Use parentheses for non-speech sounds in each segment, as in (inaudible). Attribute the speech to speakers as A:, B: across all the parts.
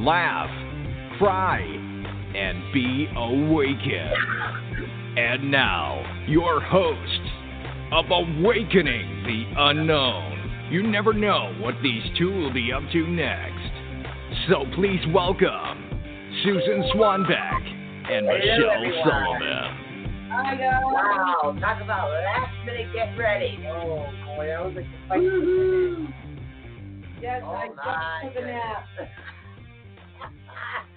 A: laugh, cry, and be awakened. And now, your host of Awakening the Unknown. You never know what these two will be up to next. So please welcome Susan Swanbeck and
B: Hello,
A: Michelle
B: everyone.
A: Sullivan.
B: Wow, talk about last minute get ready. Oh boy, I was like,
C: Mm-hmm. Yes,
B: oh
C: I
B: my
C: just took a nap.
B: (laughs) goodness.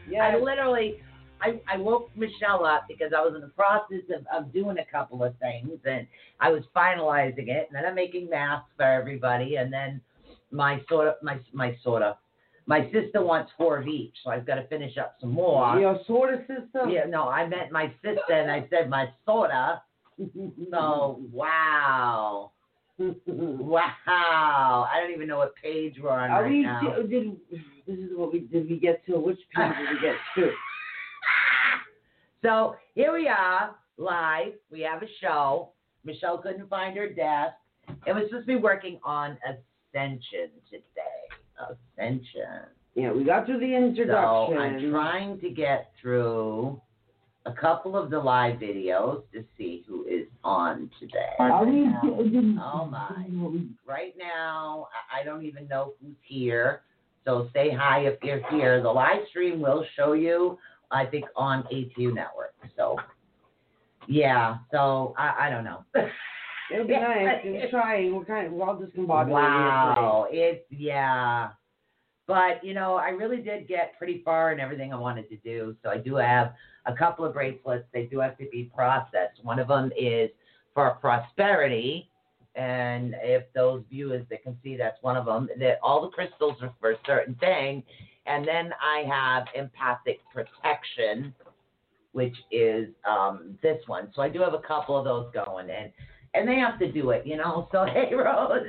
C: Yes.
B: I literally, I, I woke Michelle up because I was in the process of, of doing a couple of things and I was finalizing it and then I'm making masks for everybody and then my sort of, my, my sort of, my sister wants four of each, so I've got to finish up some more.
C: Your sort of system. (laughs)
B: Yeah, no, I meant my sister, and I said my soda. So wow, wow! I don't even know what page we're on
C: Are
B: right
C: we?
B: now.
C: Did, this is what we did. We get to which page did we get to?
B: So here we are, live. We have a show. Michelle couldn't find her desk, and we're supposed to be working on Ascension today. Ascension.
C: Yeah, we got through the
B: So
C: introduction.
B: I'm trying to get through a couple of the live videos to see who is on today.
C: Are we? (laughs)
B: Oh, my. right now. I, I don't even know who's here. So say hi if you're here. The live stream will show you, I think, on ATU Network. So, yeah. So I, I don't know. (laughs)
C: It'll be nice. We're trying. We're kind of we're all discombobulated.
B: wow. It's, yeah. But, you know, I really did get pretty far in everything I wanted to do. So I do have a couple of bracelets. They do have to be processed. One of them is for prosperity. And if those viewers that can see, that's one of them, that all the crystals are for a certain thing. And then I have empathic protection, which is um, this one. So I do have a couple of those going in. And they have to do it, you know? So, (laughs) hey, Rose,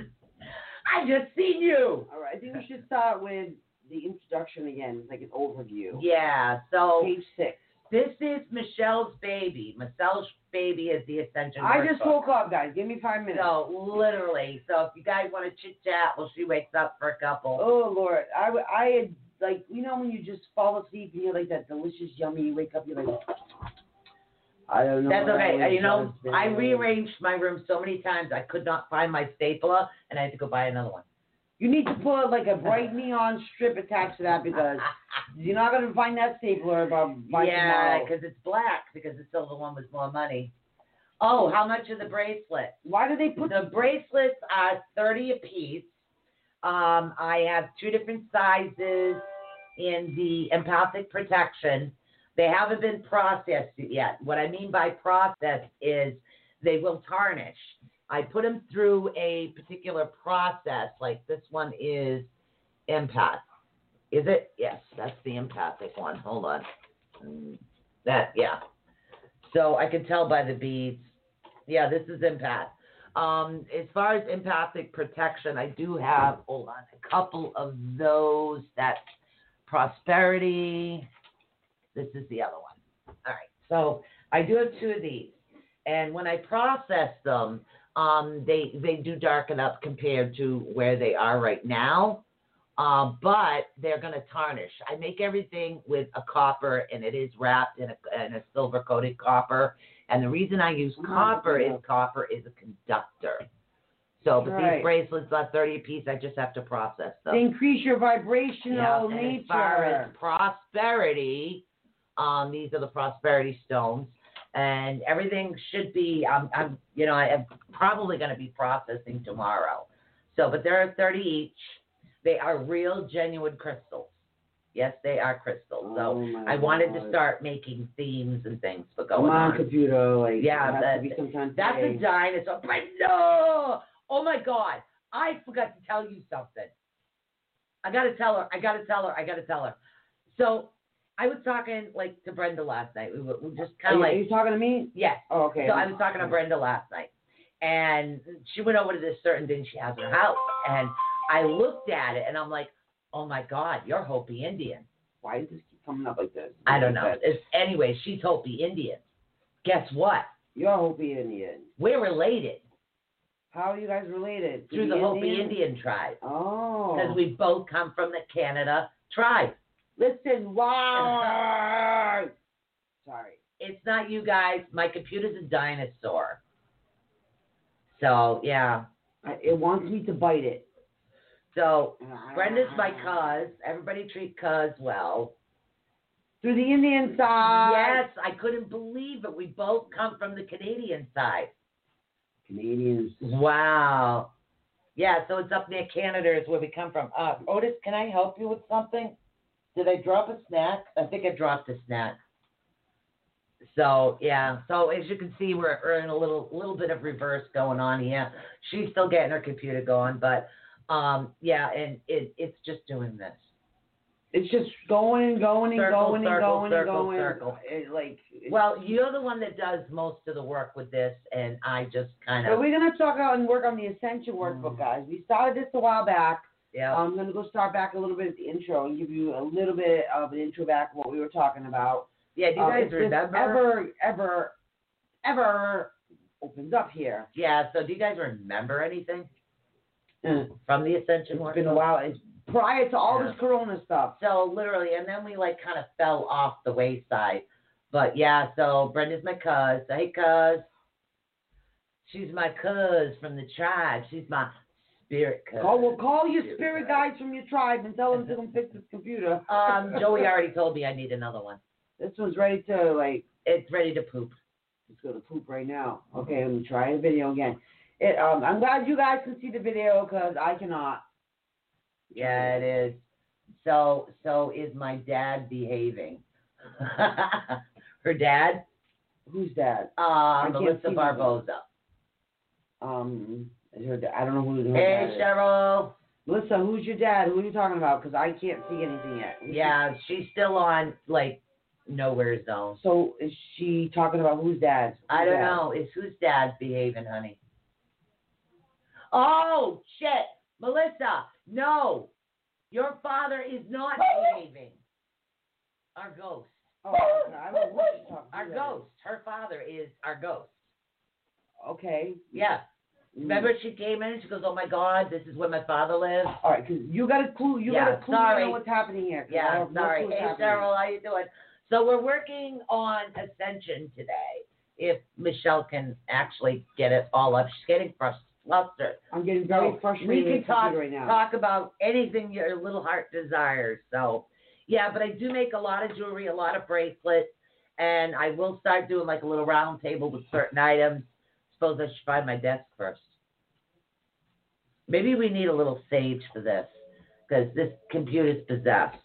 B: I just seen you.
C: All right. I think we should start with the introduction again, like an overview.
B: Yeah. So
C: Page six.
B: this is Michelle's baby. Michelle's baby is the Ascension.
C: I just
B: Workbook.
C: woke up, guys. Give me five minutes.
B: So literally, so if you guys want to chit chat, well, she wakes up for a couple.
C: Oh Lord, I w- I had like you know when you just fall asleep and you're like that delicious yummy, you wake up you're like. I don't know.
B: That's
C: what I
B: okay. Uh,
C: was
B: You know,
C: just
B: I
C: doing.
B: rearranged my room so many times I could not find my stapler, and I had to go buy another one.
C: You need to put like a bright neon strip attached to that
B: (laughs)
C: because you're not gonna find that stapler by by
B: yeah,
C: tomorrow.
B: because it's black. Because the silver one was more money. Oh, how much are the bracelets?
C: Why do they put
B: The bracelets are thirty apiece. Um, I have two different sizes in the empathic protection. They haven't been processed yet. What I mean by process is they will tarnish. I put them through a particular process, like this one is empath. Is it? Yes, that's the empathic one. Hold on. Mm, That, yeah. So I can tell by the beads. Yeah, this is empath. Um, as far as empathic protection, I do have hold on a couple of those. That's prosperity. This is the other one. All right. So I do have two of these, and when I process them, um, they they do darken up compared to where they are right now. Um, but they're going to tarnish. I make everything with a copper, and it is wrapped in a, in a silver coated copper. And the reason I use
C: Mm,
B: copper
C: yeah.
B: is copper is a conductor. So, but
C: Right.
B: these bracelets are 30 apiece. I just have to process
C: to
B: them.
C: increase your
B: Yeah,
C: vibrational
B: and
C: nature?
B: As far as prosperity, um, these are the prosperity stones, and everything should be. I'm, I'm you know, I'm probably going to be processing tomorrow. So, but there are 30 each. They are real, genuine crystals. Yes, they are crystals. So,
C: Oh, my
B: I wanted to
C: God.
B: start making themes and things for
C: Come
B: going on.
C: computer, like
B: Yeah,
C: it has
B: that-
C: to be sometime
B: That's a
C: today.
B: dinosaur. But no! Oh my God. I forgot to tell you something. I got to tell her. I got to tell her. I got to tell her. So I was talking like to Brenda last night. We were, we were just kind of
C: are you
B: like,
C: talking to me?
B: yes.
C: Oh, okay.
B: So I was talking to Brenda last night, and she went over to this certain thing she has in her house, and I looked at it, and I'm like, oh my god, you're Hopi Indian.
C: Why does this keep coming up like this?
B: I don't know.
C: But
B: It's, anyway, she's Hopi Indian. Guess what?
C: You're Hopi Indian.
B: We're related
C: How are you guys related?
B: through the
C: Indian
B: Hopi Indian tribe
C: Oh.
B: because we both come from the Canada tribe. (laughs)
C: listen. Wow. Sorry.
B: It's not you guys. My computer's a dinosaur. So yeah.
C: I, it wants me to bite it.
B: So Brenda's my cuz. Everybody treat cuz well.
C: Through the Indian side.
B: yes, I couldn't believe it. We both come from the Canadian side.
C: Canadians.
B: Wow. Yeah, so it's up near Canada is where we come from. Uh, Otis, can I help you with something? Did I drop a snack? I think I dropped a snack. So yeah, so as you can see, we're, we're in a little little bit of reverse going on here. She's still getting her computer going, but um, yeah, and it, it's just doing this.
C: It's just going and going and
B: Circle,
C: going and
B: circle,
C: going
B: circle,
C: and going.
B: circle.
C: It, like. it's-
B: Well, you're the one that does most of the work with this, and I just kind
C: But
B: of
C: we're gonna talk out and work on the Ascension workbook,
B: Mm.
C: guys. We started this a while back.
B: yeah.
C: I'm gonna go start back a little bit at the intro and give you a little bit of an intro back of what we were talking about.
B: Yeah, do you
C: Uh,
B: guys
C: if this
B: remember?
C: Ever, ever, ever opens up here.
B: yeah, so do you guys remember anything
C: Mm.
B: from the Ascension
C: It's
B: work?
C: been a while. It's prior to all this
B: Yeah.
C: Corona stuff.
B: So literally, and then we like kind of fell off the wayside. But yeah, so Brenda's my cuz. Hey, cuz. She's my cuz from the tribe. She's my spirit cuz.
C: Call, well, call your
B: Spirit
C: spirit
B: guide.
C: guides from your tribe and tell them to come fix this computer.
B: Um,
C: (laughs)
B: Joey already told me I need another one.
C: This one's ready to like.
B: It's ready to poop.
C: Let's go to poop right now. Okay, I'm trying the video again. It, um, I'm glad you guys can see the video because I cannot.
B: Yeah, it is. So, so is my dad behaving? (laughs) Her dad,
C: Who's that?
B: uh,
C: can't see
B: Melissa
C: him.
B: Barboza.
C: Um, is her da- I don't know who. who that
B: Hey,
C: is.
B: Cheryl.
C: Melissa, who's your dad? Who are you talking about? Because I can't see anything yet. Who's
B: Yeah, she's still on like nowhere zone.
C: your- So is she talking about whose dad?
B: I
C: Whose
B: don't
C: dad?
B: know. It's whose dad's behaving, honey. Oh shit, Melissa! No, your father is not behaving. Our ghost,
C: Oh, okay. I don't know who
B: (laughs)
C: she's talking
B: our
C: to.
B: ghost. Her father is our ghost.
C: Okay.
B: Yeah. Remember, she came in and she goes, "Oh my God, this is where my father lives."
C: All right, because you got a clue. You
B: Yeah,
C: got a clue.
B: sorry.
C: You know what's happening here. 'cause
B: Yeah,
C: I
B: I'm
C: have no
B: sorry.
C: clue what's
B: Hey,
C: happening.
B: Cheryl, how you doing? So we're working on Ascension today. If Michelle can actually get it all up, she's getting frus- flustered.
C: I'm getting very
B: So
C: frustrated.
B: we can
C: with the
B: talk
C: computer right now.
B: talk about anything your little heart desires. So, yeah, but I do make a lot of jewelry, a lot of bracelets, and I will start doing like a little round table with certain items. Suppose I should find my desk first. Maybe we need a little sage for this because this computer's possessed.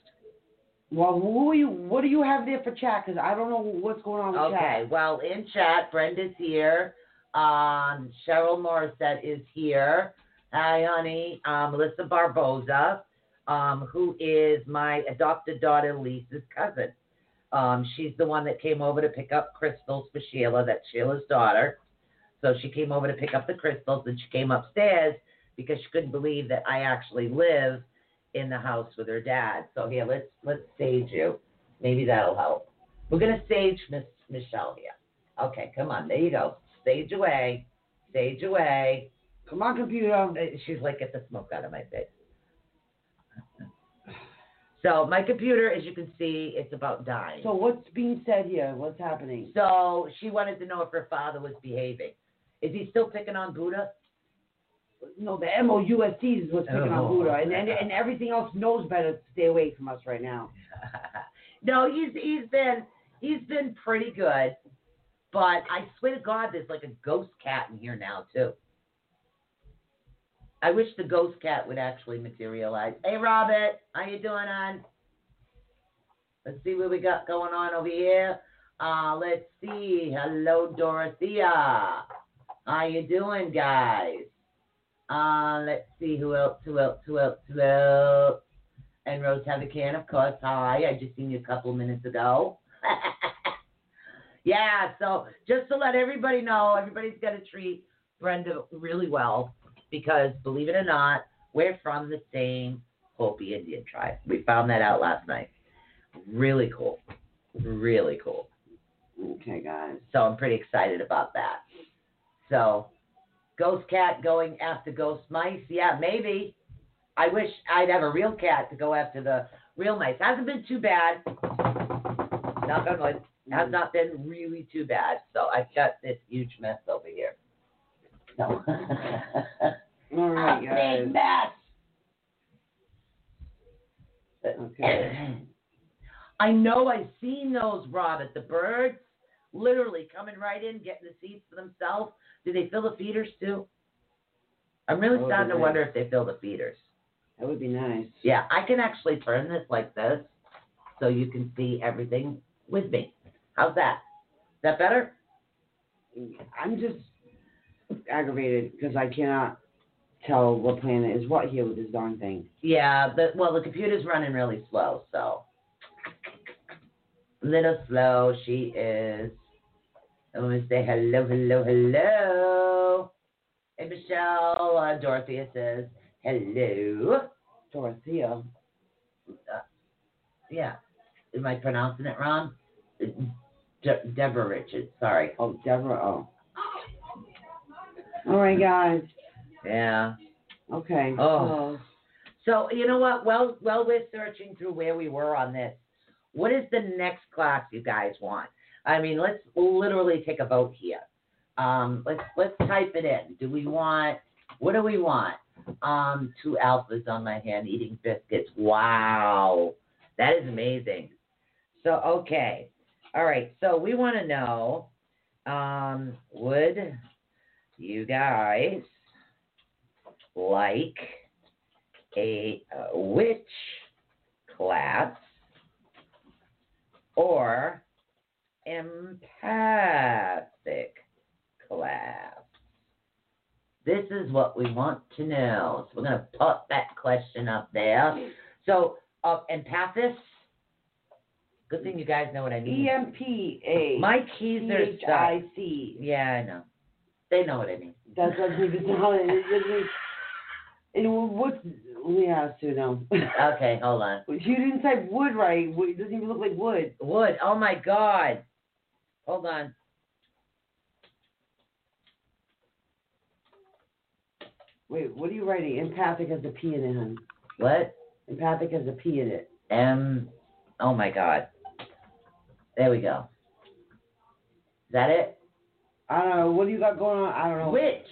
C: Well, who are you? What do you have there for chat? Because I don't know what's going on with
B: Okay,
C: chat.
B: well, in chat, Brenda's here. Um, Cheryl Morissette is here. Hi, honey. Um, Melissa Barboza, um, who is my adopted daughter Lisa's cousin. Um, she's the one that came over to pick up crystals for Sheila. That's Sheila's daughter. So she came over to pick up the crystals, and she came upstairs because she couldn't believe that I actually live in the house with her dad. So here, let's let's sage you. Maybe that'll help. We're gonna sage Miss Michelle here. Okay, come on, there you go. Sage away, sage away.
C: Come on, computer.
B: Uh, She's like, get the smoke out of my face. So my computer, as you can see, it's about dying.
C: So what's being said here? What's happening?
B: so she wanted to know if her father was behaving. Is he still picking on Buddha?
C: No, the M O U S T is what's picking
B: Oh.
C: on Buddha, and, and and everything else knows better to stay away from us right now.
B: (laughs) no, he's he's been he's been pretty good, but I swear to God, there's like a ghost cat in here now too. I wish the ghost cat would actually materialize. Hey, Robert, how you doing, on? Let's see what we got going on over here. Uh, let's see. Hello, Dorothea. How you doing, guys? Uh, let's see who else, who else, who else, who else. and Rose Heathercan, of course. Hi, I just seen you a couple minutes ago. (laughs) yeah, so just to let everybody know, everybody's got to treat Brenda really well because, believe it or not, we're from the same Hopi Indian tribe. We found that out last night. Really cool. Really cool.
C: Okay, guys.
B: So I'm pretty excited about that. So, ghost cat going after ghost mice? Yeah, maybe. I wish I'd have a real cat to go after the real mice. Hasn't been too bad. Knock on wood. Has not been really too bad. So I've got this huge mess over here. So (laughs)
C: All
B: a
C: right, guys.
B: big mess.
C: Okay.
B: I know I've seen those, Robert. The birds literally coming right in, getting the seeds for themselves. Do they fill the feeders too? I'm really
C: Oh,
B: starting to
C: nice.
B: wonder if they fill the feeders.
C: That would be nice.
B: Yeah, I can actually turn this like this so you can see everything with me. How's that? Is that better?
C: I'm just aggravated because I cannot tell what planet is what here with this darn thing.
B: Yeah, the, well, the computer's running really slow, so. Little slow, she is. I want to say hello, hello, hello. And Michelle, uh, Dorothea says hello. Uh,
C: Dorothea.
B: Yeah, am I pronouncing it wrong? Uh, De- Deborah Richards, sorry.
C: Oh, Deborah. Oh. All right, guys.
B: Yeah.
C: Okay.
B: Oh. So you know what? Well, well, we're searching through where we were on this. What is the next class you guys want? I mean, let's literally take a vote here. Um, let's let's type it in. Do we want? What do we want? Um, two alphas on my hand eating biscuits. Wow, that is amazing. So okay, all right. So we want to know. Um, would you guys like? a uh, witch class or empathic class? This is what we want to know. So we're going to put that question up there. So, uh, empathist, good thing you guys know what I mean.
C: E M P A.
B: My keys are
C: H
B: stuck.
C: I C.
B: Yeah, I know. They know what I mean.
C: That's what it is. It doesn't. And what's yeah,
B: (laughs)
C: so no.
B: Okay, hold on.
C: You didn't say wood right. Wood- It doesn't even look like wood.
B: Wood. Oh my God. Hold on.
C: Wait, what are you writing? Empathic has a P in it, hon.
B: What?
C: Empathic has a P in it.
B: M. Oh my God. There we go. Is that it?
C: I don't know. What do you got going on? I don't know.
B: Witch.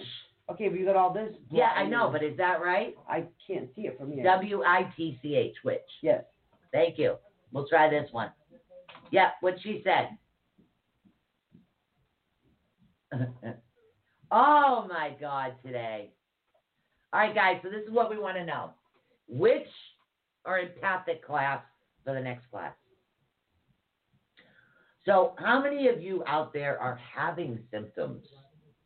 C: Okay, but you got all this.
B: Yeah, I know, but is that right?
C: I can't see it from here.
B: W I T C H, witch.
C: yes.
B: Thank you. We'll try this one. Yeah, what she said. (laughs) oh my God, today. All right, guys, so this is what we want to know. Which are empathic class for the next class? So, how many of you out there are having symptoms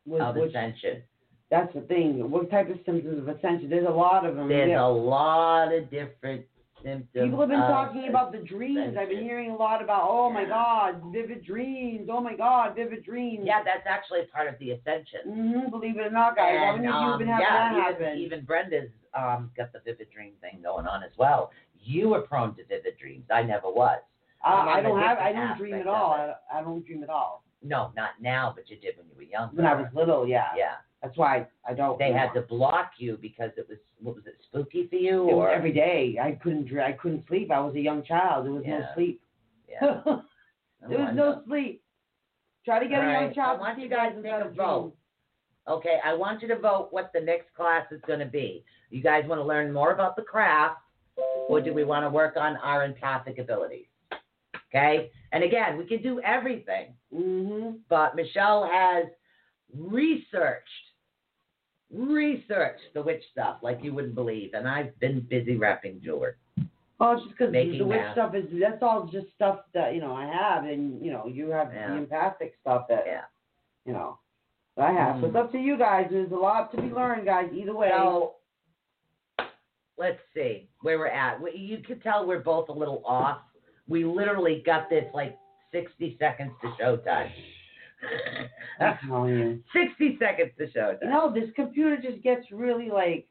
C: What-
B: of
C: what-
B: ascension?
C: that's the thing. What type of symptoms of ascension? There's a lot of them.
B: There's a
C: Yeah.
B: lot of different symptoms.
C: People have been
B: of
C: talking about the dreams. I've been
B: ascension.
C: hearing a lot about, oh my
B: Uh, Yeah.
C: God, vivid dreams. Oh my God, vivid dreams.
B: Yeah, that's actually part of the ascension.
C: hmm Believe it or not, guys. How many
B: And,
C: of you have been
B: um,
C: having
B: yeah,
C: that
B: even,
C: happen?
B: even Brenda's um, got the vivid dream thing going on as well. You were prone to vivid dreams. I never was.
C: I,
B: I'm on
C: Uh, I
B: the
C: don't have. I
B: different
C: don't dream
B: aspect
C: at
B: of
C: all.
B: it.
C: I, I don't dream at all.
B: No, not now, but you did when you were younger.
C: When I was little, yeah. Oh,
B: yeah,
C: That's why I don't.
B: they had to block you because it was what was it spooky for you
C: It was
B: or
C: every day. I couldn't. dr- I couldn't sleep. I was a young child. There was no
B: Yeah.
C: sleep. (laughs)
B: Yeah, I
C: there was
B: wonder.
C: no sleep. Try to get
B: All
C: a young
B: right,
C: child.
B: I want
C: to
B: you
C: sleep
B: guys to
C: without
B: take a vote. Okay, I want you to vote what the next class is going to be. You guys want to learn more about the craft, or do we want to work on our empathic abilities? Okay, and again, we can do everything.
C: dream.
B: but Michelle has researched, researched the witch stuff like you wouldn't believe. And I've been busy wrapping jewelry.
C: Mhm. Oh, it's just because the
B: Making
C: witch
B: math.
C: stuff is. That's all just stuff that you know I have, and you know you have
B: Yeah.
C: the empathic stuff that
B: Yeah.
C: you know that I have.
B: Mhm. (laughs)
C: So it's up to you guys. There's a lot to be learned, guys. Either way.
B: So let's see where we're at. We, you can tell we're both a little off. We literally got this like 60 seconds to
C: (laughs)
B: showtime. (laughs)
C: I'm telling you.
B: 60 seconds to
C: You
B: showtime.
C: know, this computer just gets really like.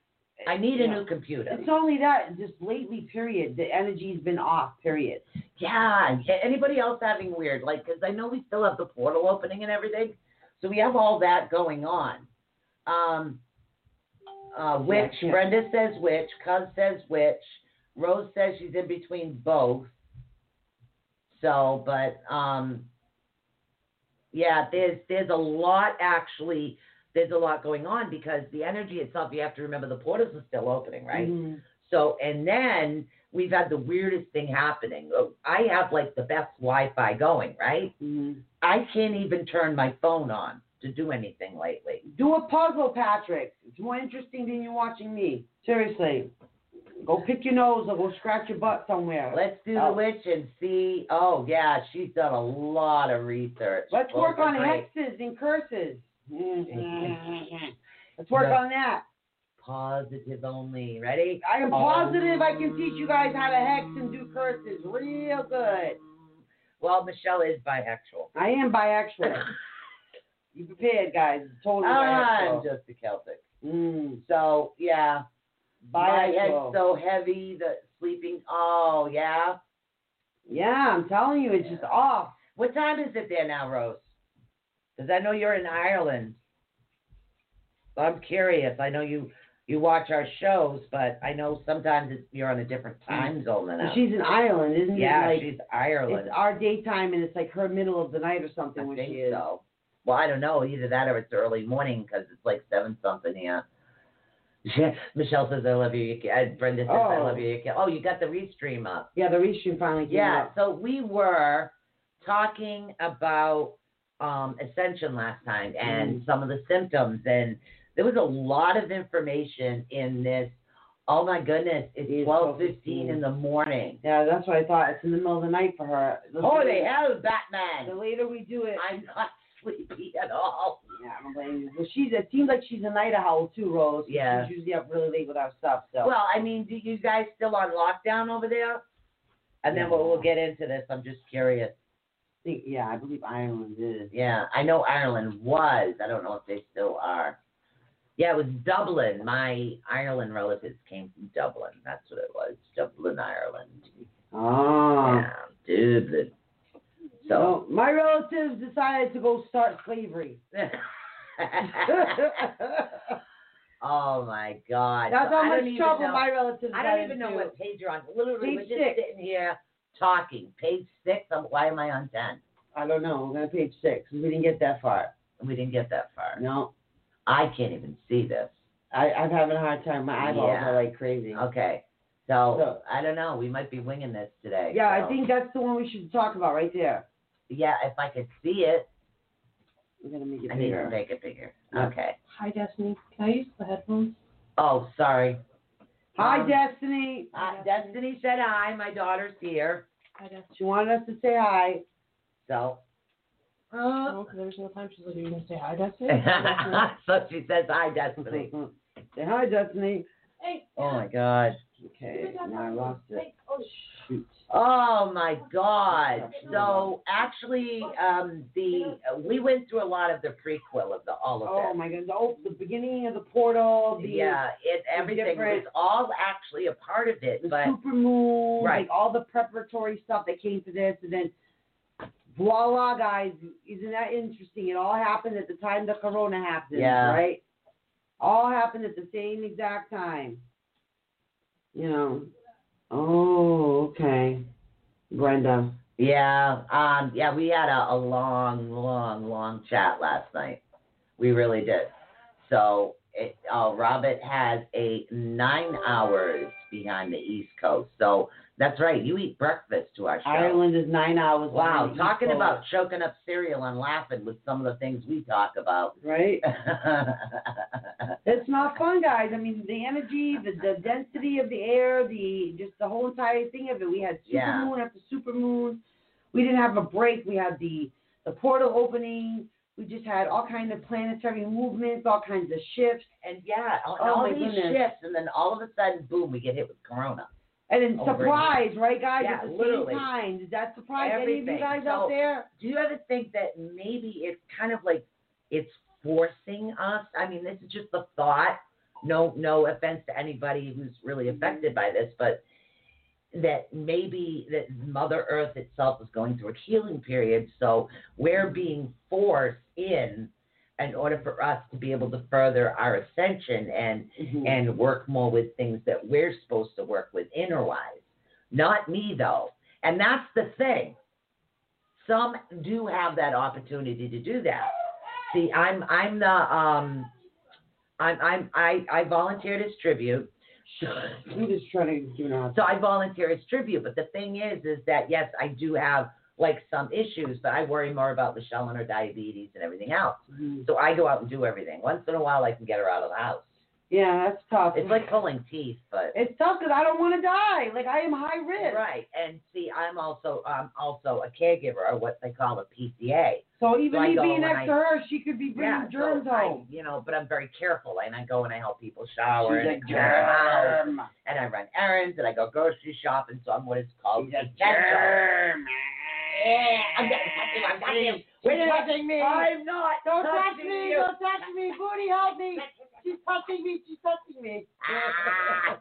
B: I need a
C: Yeah.
B: new computer.
C: It's not only that, just lately, period. The energy's been off, period.
B: Yeah. yeah. Anybody else having weird? Like, because I know we still have the portal opening and everything, so we have all that going on. Um, uh, which
C: yeah.
B: Brenda says which, Cuz says which, Rose says she's in between both. So, but um, yeah, there's there's a lot actually. There's a lot going on because the energy itself. You have to remember the portals are still opening, right?
C: Mhm.
B: So, and then we've had the weirdest thing happening. Oh, I have like the best Wi Fi going, right?
C: Mhm.
B: I can't even turn my phone on to do anything lately.
C: Do a puzzle, Patrick. It's more interesting than you watching me. Seriously. Go pick your nose or go scratch your butt somewhere.
B: Let's do
C: Oh.
B: the witch and see. Oh, yeah, she's done a lot of research.
C: Let's work on
B: overnight.
C: hexes and curses. Mm-hmm. Let's work on that.
B: Positive only. Ready?
C: I am positive I can teach you guys how to hex and do curses real good.
B: Well, Michelle is
C: (laughs)
B: bisexual.
C: I am bisexual.
B: (coughs)
C: you prepared, guys. Totally
B: Ah, I'm
C: bisexual.
B: just a Celtic.
C: Mm,
B: So, yeah. My
C: bisexual.
B: head's so heavy, the sleeping. Oh, yeah.
C: yeah, I'm telling you, it's just off.
B: What time is it there now, Rose? Because I know you're in Ireland. So I'm curious. I know you you watch our shows, but I know sometimes it's, you're on a different time zone than us.
C: Mm. She's in Ireland, isn't it?
B: yeah,
C: Like,
B: she's Ireland.
C: it's our daytime and it's like her middle of the night or something
B: I
C: when
B: think
C: she is.
B: so. Well, I don't know. Either that or it's early morning because it's like seven something. Yeah. (laughs) Michelle says I love you. you ca- uh, Brenda says I
C: Oh.
B: love you. you ca- oh, you got the restream up.
C: Yeah, the restream finally came
B: Yeah,
C: up.
B: so we were talking about um, Ascension last time
C: Mm-hmm.
B: and some of the symptoms, and there was a lot of information in this. Oh my goodness,
C: It is
B: it's twelve fifteen
C: 12:15.
B: in the morning. Oh,
C: Yeah, that's what I thought. It's in the middle of the night for her. The
B: Holy
C: later-
B: hell,
C: The
B: Batman!
C: later we do it,
B: (laughs) I'm not (laughs) sleepy at all.
C: Yeah, I don't blame you. Well, she's. It seems like she's a night owl too, Rose.
B: Yeah.
C: She's usually up really late with our stuff. So.
B: Well, I mean, do you guys still on lockdown over there? And then we'll, we'll get into this. I'm just curious.
C: I think, yeah, I believe Ireland is.
B: Yeah, I know Ireland was. I don't know if they still are. Yeah, it was Dublin. My Ireland relatives came from Dublin. That's what it was. Dublin, Ireland.
C: Oh.
B: Yeah, Dublin. So.
C: So my relatives decided to go start
B: (laughs)
C: slavery. (laughs) That's
B: oh my God. So
C: how
B: I
C: much
B: don't even
C: trouble
B: know-
C: my relatives
B: I
C: got
B: don't even know
C: into.
B: what page you're on. Literally,
C: Page
B: we're just
C: six.
B: sitting here talking. Page six. I'm, why am I on ten?
C: I don't know. We're gonna page six. We didn't get that far.
B: We didn't get that far.
C: No,
B: I can't even see this.
C: I, I'm having a hard time. My eyeballs
B: Yeah.
C: are like crazy.
B: Okay. So,
C: So-
B: I don't know. We might be winging this today.
C: Yeah, I
B: so-
C: think that's the one we should talk about right there.
B: Yeah, if I could see it,
C: We're gonna make it
B: I need
C: bigger.
B: to make it bigger.
C: Yeah.
B: Okay.
D: Hi, Destiny. Can I use the headphones?
B: Oh, sorry.
C: Hi,
B: Um,
C: Destiny.
B: Uh, Destiny said hi. My daughter's here.
D: Hi, Destiny.
C: She wanted us to say hi.
B: So.
D: No, 'cause every single time she's like, "Are you gonna say hi,
B: (laughs)
D: Destiny?" Destiny?
B: (laughs) so she says hi, Destiny.
C: Mm-hmm. Say hi, Destiny.
D: hey.
B: Oh my God.
C: Okay, now I lost it.
D: Hey, oh, sh-
C: Shoot.
B: Oh my God. So actually, um, the we went through a lot of the prequel of the all of
C: Oh
B: this.
C: my God! Oh, the beginning of the portal, the,
B: yeah, it everything it was
C: different-
B: all actually a part of it,
C: the
B: but
C: super moon,
B: Right.
C: like all the preparatory stuff that came to this, and then voila, guys! Isn't that interesting? It all happened at the time the corona happened,
B: Yeah.
C: right? All happened at the same exact time. You know. Oh, okay. Brenda.
B: Yeah, um, yeah, we had a, a long, long, long chat last night. We really did. So, it, uh, Robert has a nine hours behind the East Coast. So that's right. You eat breakfast to our show.
C: Ireland is nine hours.
B: Wow,
C: behind the East
B: talking
C: Coast,
B: about choking up cereal and laughing with some of the things we talk about.
C: (laughs) right. It's not fun, guys. I mean, the energy, the, the density of the air, the just the whole entire thing of it. We had
B: Yeah.
C: supermoon after supermoon. We didn't have a break. We had the the portal opening. We just had all kinds of planetary movements, all kinds of shifts,
B: And yeah, all,
C: Oh,
B: all
C: my
B: these
C: goodness.
B: shifts, and then all of a sudden, boom, we get hit with corona.
C: and then
B: Over
C: surprise, right, guys?
B: Yeah,
C: at the
B: literally.
C: same time, did that surprise any of
B: Everything.
C: you guys
B: So-
C: out there?
B: Do you ever think that maybe it's kind of like it's forcing us? I mean, this is just the thought. No, no offense to anybody who's really affected by this, but that maybe that Mother Earth itself is going through a healing period, so we're being forced in in order for us to be able to further our ascension and and work more with things that we're supposed to work with inner wise. Not me though. And that's the thing. Some do have that opportunity to do that. See, I'm I'm the um I'm I'm I, I volunteered as tribute.
C: I'm just trying to do not.
B: So I volunteer as tribute, but the thing is, is that yes, I do have like some issues, but I worry more about Michelle and her diabetes and everything else.
C: Mhm.
B: So I go out and do everything. Once in a while, I can get her out of the house.
C: Yeah, that's tough.
B: It's like pulling teeth, but
C: It's tough because I don't want to die. Like I am high risk.
B: Right. And see, I'm also I'm also a caregiver or what they call a PCA.
C: So even
B: So I
C: me
B: go
C: being
B: and
C: next
B: I-
C: to her, she could be bringing
B: yeah,
C: germs
B: so I,
C: home.
B: you know, but I'm very careful and I go and I help people shower
C: She's
B: and
C: a
B: I clean their house,
C: germ.
B: and I run errands and I go grocery shopping, so I'm what is called
C: She's a
B: essential.
C: germ.
B: Yeah, I'm not touching, I'm not touching.
C: She's
B: Wait a minute.
C: touching me.
B: I'm not
C: Don't touch
B: touching
C: me.
B: you.
C: Don't touch me. Booty, help me. She's touching me. She's touching me.
B: Ah.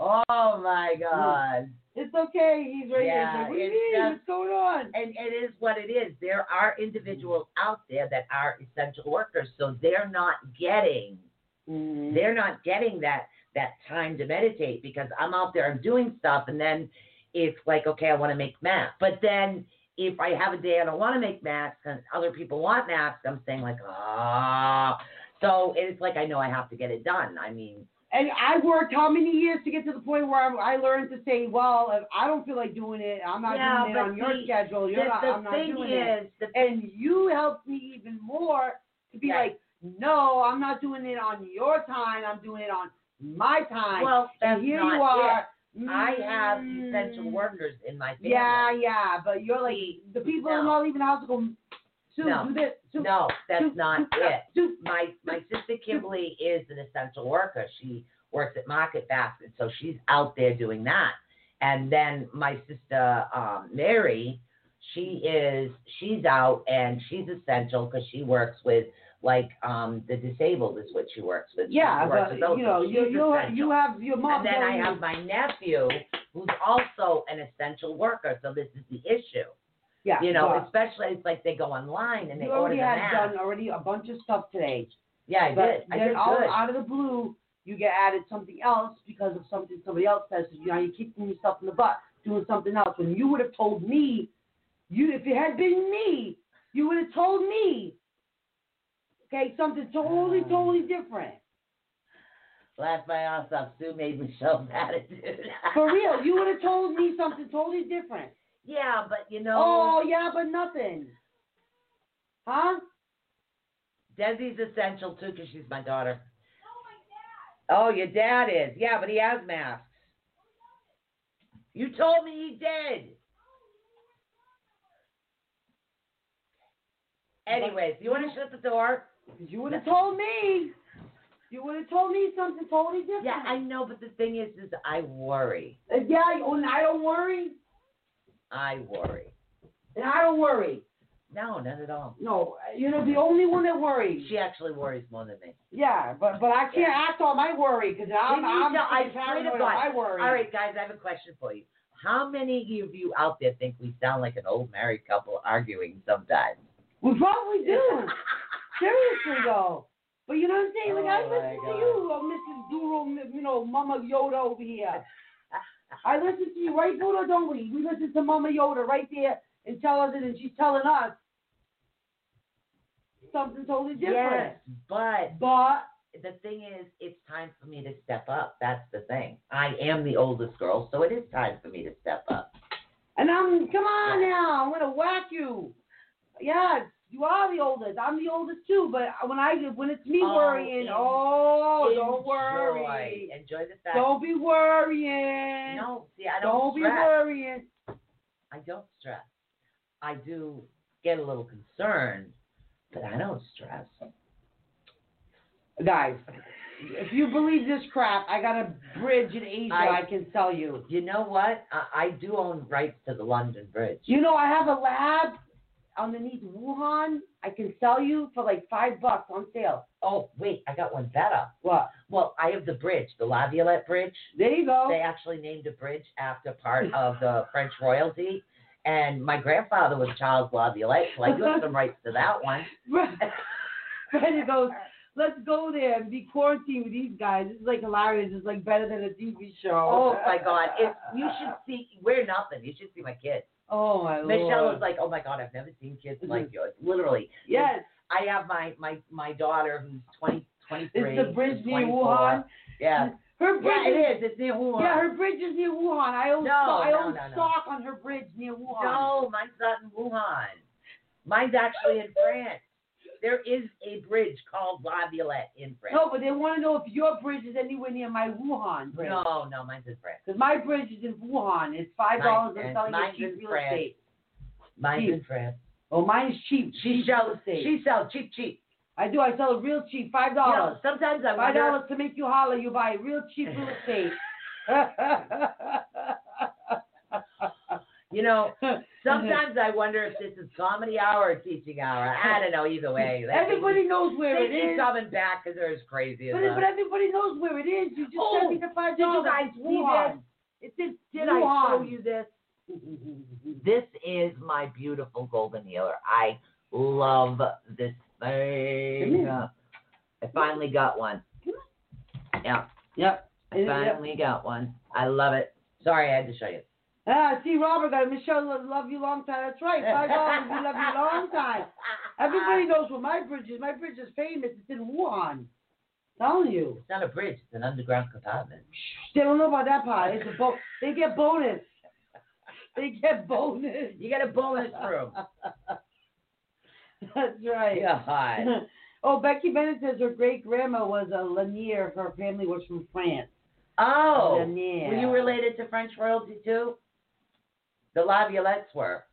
B: oh my God.
C: (laughs) It's okay. He's right
B: Yeah,
C: here. He's like, what do you
B: it's
C: mean?
B: just-
C: What's going on?
B: And it is what it is. There are individuals out there that are essential workers, so they're not getting
C: Mm-hmm.
B: they're not getting that that time to meditate because I'm out there I'm doing stuff and then it's like okay I want to make masks but then if I have a day I don't want to make masks and other people want masks I'm saying like ah so it's like I know I have to get it done I mean
C: And I worked how many years to get to the point where I, I learned to say, well, if I don't feel like doing it, I'm not
B: Yeah,
C: doing it
B: but
C: on your
B: see,
C: schedule. You're
B: the,
C: not.
B: the
C: I'm not
B: thing
C: doing it.
B: is the
C: and you helped me even more to be
B: Yeah.
C: like, no, I'm not doing it on your time. I'm doing it on my time.
B: well that's
C: and here
B: not
C: you are.
B: it. I have
C: Mm,
B: essential workers in my family
C: Yeah, yeah, but you're like the people in
B: No.
C: all even house go, Sue,
B: No.
C: do this, Sue,
B: no that's
C: Sue,
B: not
C: Sue,
B: it
C: Sue.
B: my my sister Kimberly is an essential worker. She works at Market Basket, so she's out there doing that. And then my sister um, Mary, she is she's out and she's essential because she works with like um, the disabled is what she works with.
C: Yeah,
B: she works
C: but
B: with those,
C: you know,
B: so
C: you
B: she's
C: you
B: essential.
C: you have your
B: And
C: mom.
B: then I
C: telling
B: have
C: you-
B: my nephew who's also an essential worker. So this is the issue,
C: yeah,
B: you know.
C: but
B: Especially it's like they go online and they
C: you
B: order
C: already
B: the
C: had
B: mask.
C: done already a bunch of stuff today.
B: yeah, I
C: but
B: did. I
C: then
B: did
C: all
B: good.
C: out of the blue, you get added something else because of something somebody else says. So, you know, you're kicking yourself in the butt doing something else. When you would have told me, you if it had been me, you would have told me, okay, something totally,
B: Um.
C: totally different.
B: Laugh my ass off. Sue made Michelle (laughs) mad at dude.
C: For real, you would have told me something totally different.
B: (laughs) yeah, but you know,
C: Oh yeah, but nothing. Huh?
B: Desi's essential too because she's my daughter. Oh, your dad is. Yeah, but he has masks. You told me he did. Anyways, you want to shut the door?
C: 'Cause You would have told me. You would have told me something totally different.
B: Yeah, I know, but the thing is, is I worry.
C: Uh, yeah, you- and I don't worry.
B: I worry.
C: And I don't worry.
B: No, not at all.
C: No, you know, the only one that worries.
B: She actually worries more than me.
C: Yeah, but but I can't act on my worry because I'm
B: Maybe you
C: I'm
B: don't- I
C: I'm
B: swear to
C: paranoid on
B: God.
C: my worry.
B: All right, guys, I have a question for you. How many of you out there think we sound like an old married couple arguing sometimes?
C: We probably do.
B: (laughs)
C: Seriously though. But you know what I'm saying? Like I
B: Oh,
C: listen
B: my
C: to you, uh, Mrs. Duro, m- you know, Mama Yoda over here. I listen to you, right, Buddha? Don't we? We listen to Mama Yoda right there and tell us it, and she's telling us something totally different.
B: Yes, but
C: But
B: the thing is, it's time for me to step up. That's the thing. I am the oldest girl, so it is time for me to step up.
C: And I'm, come on now, I'm gonna whack you. Yes, you are the oldest. I'm the oldest too. But when I when it's me
B: Oh,
C: worrying,
B: en-
C: oh, don't
B: Enjoy.
C: worry.
B: Enjoy the fact.
C: Don't be worrying.
B: no, see, I don't,
C: don't be
B: stress.
C: worrying.
B: I don't stress. I do get a little concerned, but I don't stress.
C: Guys, if you believe this crap, I got a bridge in Asia
B: I-
C: I, can sell you.
B: You know what? I, I do own rights to the London Bridge.
C: You know, I have a lab underneath Wuhan. I can sell you for like five bucks on sale.
B: Oh, wait, I got one better.
C: What?
B: Well, I have the bridge, the La Violette Bridge.
C: There you
B: They
C: go.
B: actually named a bridge after part of the French royalty. And my grandfather was Charles La Violette, so I do have some rights to that
C: (laughs)
B: one.
C: Brandon goes, let's go there and be quarantined with these guys. This is like hilarious. It's like better than a TV
B: Oh
C: show.
B: my God! If you should see, we're nothing. You should see my kids.
C: Oh my
B: Michelle
C: lord.
B: is like, oh my God, I've never seen kids
C: Mm-hmm.
B: like yours. Literally,
C: yes.
B: I have my my my daughter who's 20, 23.
C: It's the bridge near
B: 24.
C: Wuhan.
B: Yeah,
C: Her bridge
B: yeah, it is. It's near Wuhan.
C: Yeah, her bridge is near Wuhan. I own
B: No,
C: stock, I
B: no,
C: own
B: no, no.
C: stock on her bridge near Wuhan.
B: No, mine's not in Wuhan. Mine's actually in France. There is a bridge called La Violette in France.
C: No, but they want to know if your bridge is anywhere near my Wuhan bridge.
B: no, no, mine's in France.
C: Because my bridge is in Wuhan. It's five dollars.
B: Mine's
C: I'm
B: in-
C: selling it
B: mine's
C: cheap
B: in
C: real
B: France.
C: estate.
B: Mine's
C: Cheap.
B: in France.
C: Oh, mine is cheap.
B: She
C: cheap real
B: sells.
C: estate. Oh.
B: She sells cheap, cheap.
C: I do. I sell it real cheap. Five
B: You know,
C: dollars.
B: sometimes I
C: Five
B: wonder.
C: dollars to make you holler. You buy real cheap real
B: (laughs)
C: estate.
B: You know, (laughs) sometimes I wonder if this is comedy hour or teaching hour. I don't know. Either way, That-
C: (laughs) everybody knows
B: they
C: where it
B: keep
C: is.
B: coming back because they're as crazy as
C: But, but
B: us.
C: everybody knows where it is. You just
B: Oh,
C: sent me the five
B: did you
C: dollars.
B: guys
C: It's
B: see
C: Wuhan.
B: It says, did I show
C: Wuhan.
B: you this? This is my beautiful golden healer. I love this thing. I finally got one. Yeah,
C: Yep.
B: I finally got one. I love it. Sorry, I had to show you.
C: Ah, see, Robert got it. Michelle, lo- love you long time. That's right. Five dollars, we love
B: (laughs)
C: you long time. Everybody
B: Ah.
C: knows where my bridge is. My bridge is famous. It's in Wuhan. telling you.
B: It's not a bridge. It's an underground compartment.
C: They don't know about that part. It's a bo- They get bonus. They get bonus.
B: You got a bonus room.
C: (laughs) That's right.
B: God.
C: (laughs) Oh, Becky Bennett says her great grandma was a Lanier. Her family was from France.
B: Oh,
C: Lanier.
B: were you related to French royalty too? The Laviolettes were.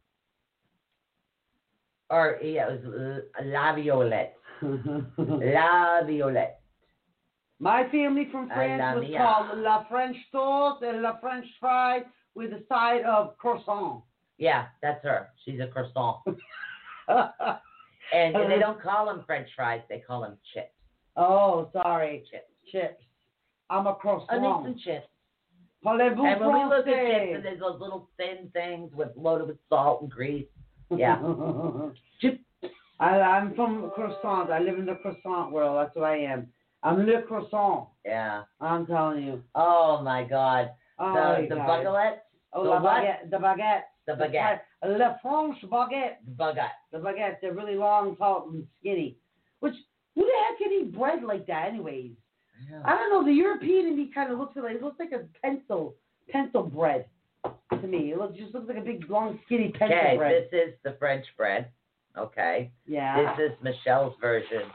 B: Or yeah, it was uh, Laviolette. La Violette.
C: (laughs) My family from France
B: la
C: was
B: mia.
C: called La French Toast and La French Fries with a side of croissant. (laughs)
B: Yeah, that's her. She's a croissant. And, and they don't call them French fries. They call them chips.
C: oh, sorry.
B: Chips.
C: Chips. I'm
B: I
C: a
B: need
C: croissant.
B: some Oh, chips.
C: Parlez-vous
B: And when we look at
C: français?
B: chips, and there's those little thin things with loaded with salt and grease. Yeah. Chip.
C: I, I'm from croissant. I live in the croissant world. That's what I am. I'm le croissant.
B: Yeah.
C: I'm telling you.
B: Oh my God. The
C: Oh, you
B: the
C: guys.
B: baguette.
C: Oh,
B: the
C: la
B: what?
C: baguette. The baguette.
B: The baguette.
C: La France baguette.
B: The baguette.
C: The baguettes, they're really long, tall, and skinny. Which, who the heck can eat bread like that, anyways? I don't know. The European in me kind of looks like it looks like a pencil, pencil bread to me. It looks just looks like a big, long, skinny pencil
B: Okay,
C: bread.
B: this is the French bread. Okay.
C: yeah.
B: This is Michelle's version.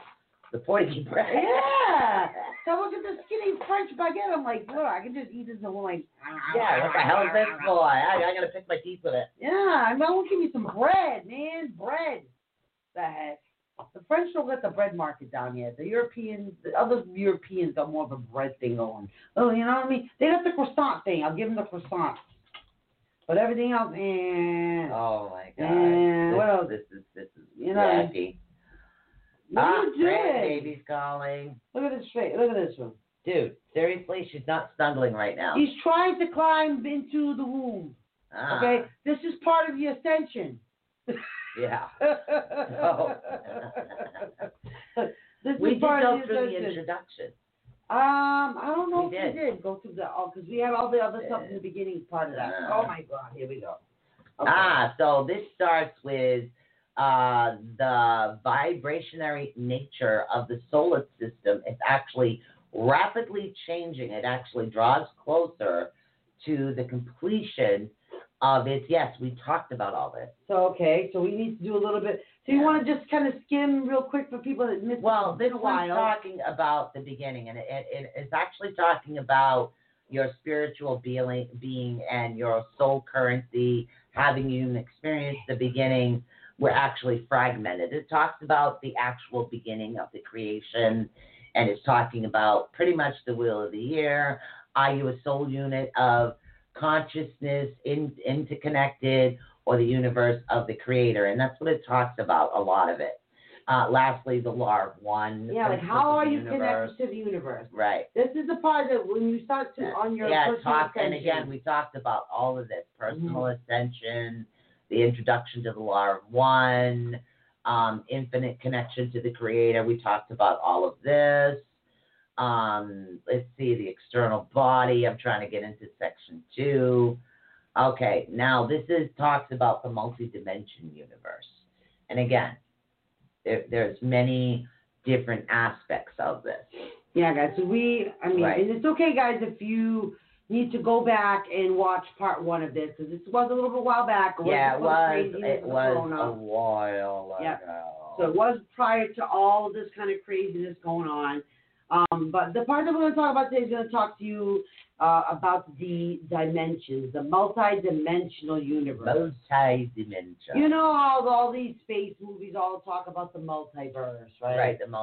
B: The Portuguese bread.
C: yeah. So I look at the skinny French baguette. I'm like, look, I can just eat this and I'm like,
B: (laughs) Yeah, what the hell is this for? I, I gotta pick my teeth with it.
C: yeah, I'm gonna give me some bread, man, bread. The heck. The French don't let the bread market down yet. The Europeans, the other Europeans got more of a bread thing going. Oh, you know what I mean? They got the croissant thing. I'll give them the croissant. But everything else, eh.
B: Oh my God.
C: And
B: this,
C: what else?
B: This is this is
C: You know-
B: wacky.
C: What
B: ah,
C: are you doing?
B: Baby's calling.
C: Look at this face. Look at this one.
B: Dude, seriously, she's not snuggling right now.
C: He's trying to climb into the womb.
B: Ah,
C: Okay, this is part of the ascension.
B: Yeah.
C: (laughs) this
B: We
C: is
B: did
C: part
B: go
C: of the
B: through the
C: ascension.
B: introduction.
C: Um, I don't know
B: We
C: if we did go through the all because we had all the other stuff in the beginning part of that.
B: Yeah.
C: Oh my god, here we go. Okay.
B: Ah, so this starts with uh, the vibrationary nature of the solar system is actually rapidly changing. It actually draws closer to the completion of its. Yes, we talked about all this.
C: So okay, so we need to do a little bit. So you
B: Yeah.
C: want to just kind of skim real quick for people that missed.
B: Well, this
C: a
B: one's
C: while.
B: talking about the beginning, and it, it, it's actually talking about your spiritual being, being and your soul currency, having you experience the beginning, were actually fragmented. It talks about the actual beginning of the creation, and it's talking about pretty much the wheel of the year. Are you a soul unit of consciousness in, interconnected or the universe of the creator? And that's what it talks about, a lot of it. Uh, lastly, the law of one.
C: Yeah, like
B: principles
C: how
B: of
C: are
B: the
C: you
B: universe.
C: connected to the universe?
B: Right.
C: This is the part that when you start to on your
B: yeah,
C: personal Mm-hmm.
B: talk, and
C: ascension,
B: again, we talked about all of this personal ascension, the introduction to the law of one, um, infinite connection to the creator. We talked about all of this. Um, let's see, the external body. I'm trying to get into section two. Okay, now this is talks about the multi-dimension universe. And again, there, there's many different aspects of this.
C: Yeah, guys. So we, I mean,
B: Right.
C: and it's okay, guys, if you need to go back and watch part one of this because this was a little bit while back. It was
B: Yeah, it
C: before the
B: was.
C: craziness
B: It
C: of
B: was
C: Corona.
B: a while
C: Yeah.
B: ago.
C: So it was prior to all of this kind of craziness going on. Um, but the part that we're going to talk about today is going to talk to you uh, about the dimensions, the multi-dimensional universe.
B: multi-dimensional.
C: You know how all these space movies all talk about the multiverse,
B: right? The